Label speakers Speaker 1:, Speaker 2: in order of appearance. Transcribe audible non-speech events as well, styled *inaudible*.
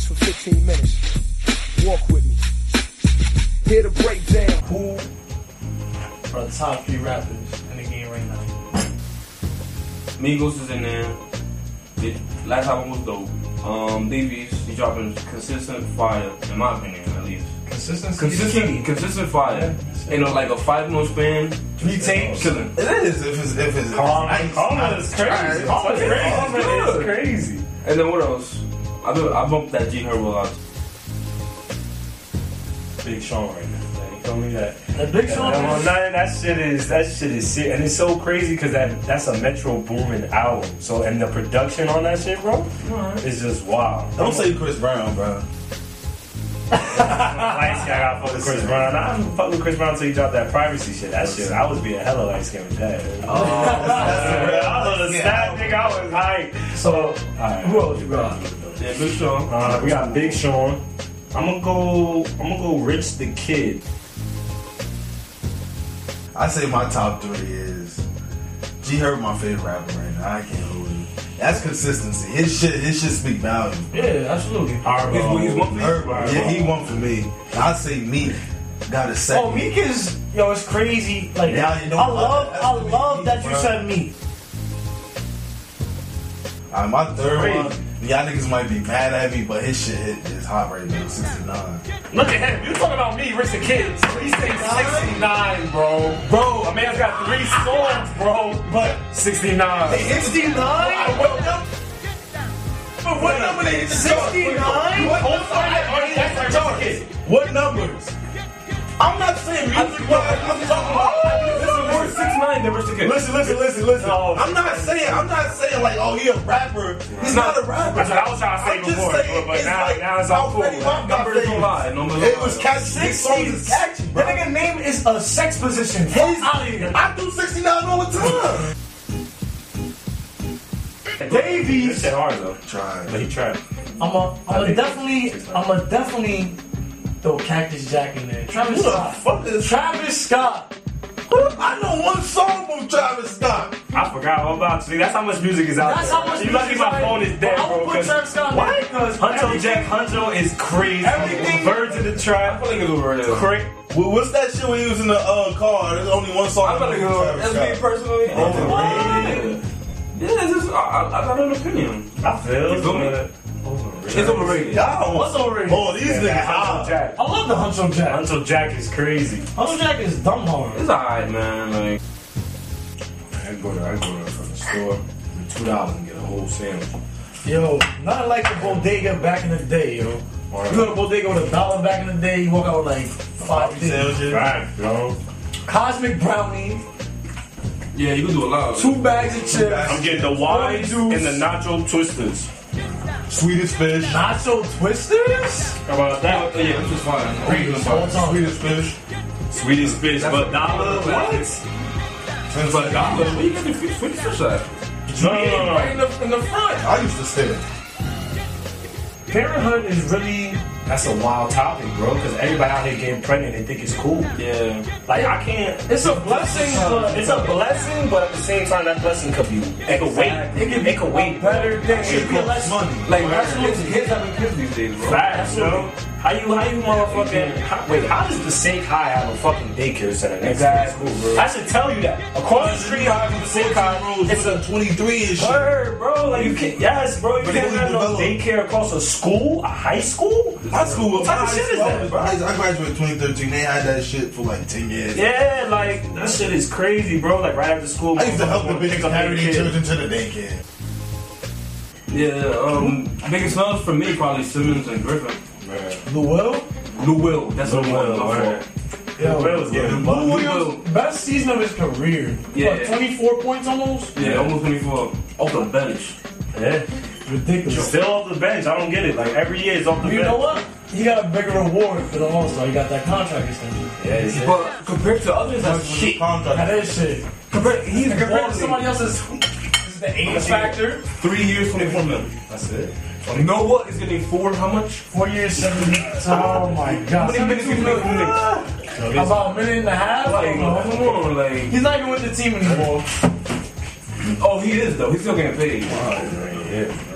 Speaker 1: for 15 minutes. Walk with me. Hear the breakdown.
Speaker 2: Who are the top three rappers in the game right now?
Speaker 3: Migos is in there. The last album was dope. Um, Davies, he's dropping consistent fire, in my opinion, at least.
Speaker 2: Consistency.
Speaker 3: Consistent, consistent fire. You know, like a five month span,
Speaker 2: Three tapes.
Speaker 3: killing.
Speaker 4: It is if it's if it's nice.
Speaker 2: Karma is crazy. Karma is crazy. Karma is crazy.
Speaker 3: And then what else? I do, I bumped that G Herbo a lot.
Speaker 5: Big Sean right now. man. You feel me? That,
Speaker 2: That Big
Speaker 5: that,
Speaker 2: Sean
Speaker 5: that,
Speaker 2: is-
Speaker 5: that, that shit is that shit is sick, and it's so crazy because that that's a Metro Boomin album. So and the production on that shit, bro, is just wild.
Speaker 4: Don't say Chris Brown, bro.
Speaker 5: *laughs* light skin, I got fuck with Chris Brown. I didn't fuck with Chris Brown until he dropped that privacy shit. That shit, I was being hella light skin with that. Oh, *laughs* I was on the snap, nigga. I was like, so,
Speaker 1: Who
Speaker 5: alright.
Speaker 1: else you got?
Speaker 3: Yeah, Big Sean.
Speaker 5: Uh, we got Big Sean. I'm gonna go. I'm gonna go Rich the Kid.
Speaker 4: I say my top three is G Herb, my favorite rapper right now. I can't hold it. That's consistency. His shit, his shit speak volume.
Speaker 2: Yeah, absolutely.
Speaker 3: He's, Oh, he's one for
Speaker 4: Herb, yeah, he one for me. I say Meek got a second.
Speaker 2: Oh, Meek is yo, it's crazy. Like
Speaker 4: Now you know
Speaker 2: I
Speaker 4: why
Speaker 2: love,
Speaker 4: that's
Speaker 2: I
Speaker 4: the
Speaker 2: love
Speaker 4: Meek,
Speaker 2: that you
Speaker 4: bro.
Speaker 2: said Meek.
Speaker 4: Alright, Uh, my third
Speaker 5: Crazy.
Speaker 4: one. Y'all niggas might be mad at me, but his shit hit is hot right now. 69.
Speaker 5: Look at him. You talking about me, Rich the Kid? So he's saying 69, bro. Bro, a man's got three songs, bro. But 69.
Speaker 2: 69?
Speaker 5: What number?
Speaker 4: But what number they hit the
Speaker 2: 69?
Speaker 4: What,
Speaker 5: Oh, sorry, I- that's like Rich the Kid.
Speaker 4: what numbers? I'm not saying music wise. I'm talking about.
Speaker 3: This is more six nine than Rich the Kid.
Speaker 4: Listen, listen, listen, listen.
Speaker 5: No.
Speaker 4: I'm not saying, I'm not saying like, oh, he a rapper. He's not, a rapper.
Speaker 5: That's what I was trying to say
Speaker 4: I'm just
Speaker 5: before,
Speaker 4: saying,
Speaker 5: but now-
Speaker 4: like,
Speaker 5: now it's all cool.
Speaker 4: already my
Speaker 3: Numbers
Speaker 4: favorite.
Speaker 3: don't lie. Numbers don't
Speaker 4: It was
Speaker 3: lie.
Speaker 4: catchy. His songs is catchy,
Speaker 2: The
Speaker 4: bro.
Speaker 2: nigga name is a sex position. Fuck
Speaker 4: He's-
Speaker 2: out of here.
Speaker 4: I do 69 all the time.
Speaker 5: Davies. That shit hard though. But
Speaker 4: Try.
Speaker 5: he tried.
Speaker 2: I'm a, I'm
Speaker 5: I
Speaker 2: a
Speaker 5: think
Speaker 2: definitely,
Speaker 5: six nine.
Speaker 2: I'm a definitely throw Cactus Jack in there. Travis
Speaker 4: Who the
Speaker 2: Scott.
Speaker 4: fuck is
Speaker 2: Travis Scott.
Speaker 4: I know one song from Travis Scott.
Speaker 5: I forgot all about you. See, that's how much music is out
Speaker 2: That's
Speaker 5: there.
Speaker 2: how much
Speaker 5: you
Speaker 2: music
Speaker 5: lucky
Speaker 2: is
Speaker 5: my
Speaker 2: out
Speaker 5: phone
Speaker 2: there.
Speaker 5: is dead,
Speaker 2: I would
Speaker 5: bro.
Speaker 2: put
Speaker 5: 'cause-
Speaker 2: Travis Scott in
Speaker 5: Why?
Speaker 2: there because
Speaker 5: Hunto
Speaker 2: everything-
Speaker 5: Jack Hunto is crazy.
Speaker 4: Everything-
Speaker 5: Birds in the trap.
Speaker 3: I'm gonna go over there.
Speaker 5: Cra-
Speaker 4: Well, what's that shit we use in the uh, car? There's only one song.
Speaker 3: I'm gonna go.
Speaker 4: from
Speaker 3: That's me
Speaker 4: Travis Scott.
Speaker 3: personally.
Speaker 4: Overrated.
Speaker 3: Yeah, it's just, I, I, I got an opinion.
Speaker 5: I feel
Speaker 3: You feel me?
Speaker 5: but-
Speaker 3: It's overrated.
Speaker 4: Y'all,
Speaker 2: What's overrated?
Speaker 4: Oh, these
Speaker 5: Yeah,
Speaker 4: niggas
Speaker 5: Hunto
Speaker 4: hot.
Speaker 5: Jack.
Speaker 2: I love the Huncho Jack.
Speaker 5: Hunto Ah. Jack is crazy.
Speaker 2: Huncho Jack is dumb hard.
Speaker 3: It's alright, man. Like,
Speaker 5: I go to I go to from the store.
Speaker 4: Two dollars and get a whole sandwich.
Speaker 2: Yo, not like the bodega back in the day, yo. You go to bodega with a dollar back in the day, you walk out with like five things.
Speaker 4: Sandwiches.
Speaker 5: Right, bro.
Speaker 2: Cosmic brownie,
Speaker 3: yeah, you can do a lot.
Speaker 2: two bags of chips,
Speaker 5: I'm getting the wines and
Speaker 2: Orange
Speaker 5: the nacho twisters.
Speaker 4: Swedish fish.
Speaker 2: nacho twisters.
Speaker 5: How about that?
Speaker 3: Yeah, yeah, it's just fine. Regular
Speaker 2: Hold
Speaker 3: fire.
Speaker 2: on.
Speaker 4: Swedish fish.
Speaker 5: Sweetest bitch, but dollar.
Speaker 3: What?
Speaker 4: Ten
Speaker 3: But
Speaker 4: bucks.
Speaker 3: dollar. Where you get the fish? Where the fish at?
Speaker 5: No, no, no, no.
Speaker 3: Right in the, in the front.
Speaker 4: I used to stare.
Speaker 5: Parenthood is really that's a wild topic, bro. Because everybody out here getting pregnant, they think it's cool.
Speaker 3: Yeah.
Speaker 5: Like I can't. It's a blessing,
Speaker 2: Uh,
Speaker 5: but it's a blessing, but at the same time, that blessing could be it could wait. It could it could wait.
Speaker 2: Better than
Speaker 5: It could
Speaker 2: less
Speaker 4: Money.
Speaker 3: Like, that's what kids having kids these days, bro.
Speaker 5: Facts, bro. How you how you motherfucking how, wait? How does the Sink High have a fucking daycare center? Next
Speaker 3: Exactly,
Speaker 5: to the
Speaker 3: bro.
Speaker 5: school? I should tell you that. Across the street from the Sink High, it's a
Speaker 4: 23 and shit.
Speaker 5: Word, bro. Like you can't. Yes, bro. You
Speaker 4: But
Speaker 5: can't
Speaker 4: it
Speaker 5: have no
Speaker 4: was
Speaker 5: daycare across a school, a high school.
Speaker 4: High school was
Speaker 5: What type of shit is that?
Speaker 4: I I graduated 2013. They had that shit for like 10 years.
Speaker 5: Yeah, like that shit is crazy, bro. Like right after school,
Speaker 4: I used to help the
Speaker 5: motherfucker
Speaker 4: bitches
Speaker 5: pick up their
Speaker 4: carry their
Speaker 5: kid.
Speaker 4: children to the daycare.
Speaker 3: Yeah, um, biggest smells for me probably Simmons and Griffin.
Speaker 2: The will.
Speaker 3: Lou Will, that's the one.
Speaker 5: Well,
Speaker 3: my
Speaker 5: word.
Speaker 3: fault.
Speaker 5: Well,
Speaker 2: Yo,
Speaker 5: it's getting
Speaker 3: Lou
Speaker 5: bugged.
Speaker 2: Lou
Speaker 3: Will.
Speaker 2: Williams, best season of his career.
Speaker 3: Yeah.
Speaker 2: What, 24 points almost?
Speaker 3: Yeah, almost 24. Off the bench.
Speaker 5: Yeah.
Speaker 2: Ridiculous.
Speaker 5: Still off the bench. I don't get it. Like every year it's off the
Speaker 2: You
Speaker 5: bench.
Speaker 2: know what? He got a bigger reward for the All Star. He got that contract extension.
Speaker 5: Yeah, it's it.
Speaker 3: But compared to others, that's shit.
Speaker 2: That
Speaker 4: Contract.
Speaker 2: is shit.
Speaker 3: Compared, he's
Speaker 2: Compared to
Speaker 3: balling.
Speaker 2: somebody else's, is the age factor.
Speaker 3: Three years, 24 million.
Speaker 5: That's it.
Speaker 3: Noah is getting four, how much?
Speaker 2: Four years, seven. Oh my god.
Speaker 3: How many minutes he's playing for the Knicks?
Speaker 2: About a minute and a half. I don't
Speaker 3: Like,
Speaker 2: know.
Speaker 3: come on, like.
Speaker 2: He's not even with the team anymore.
Speaker 3: Oh, he is, though. He's still getting paid.
Speaker 5: Yeah.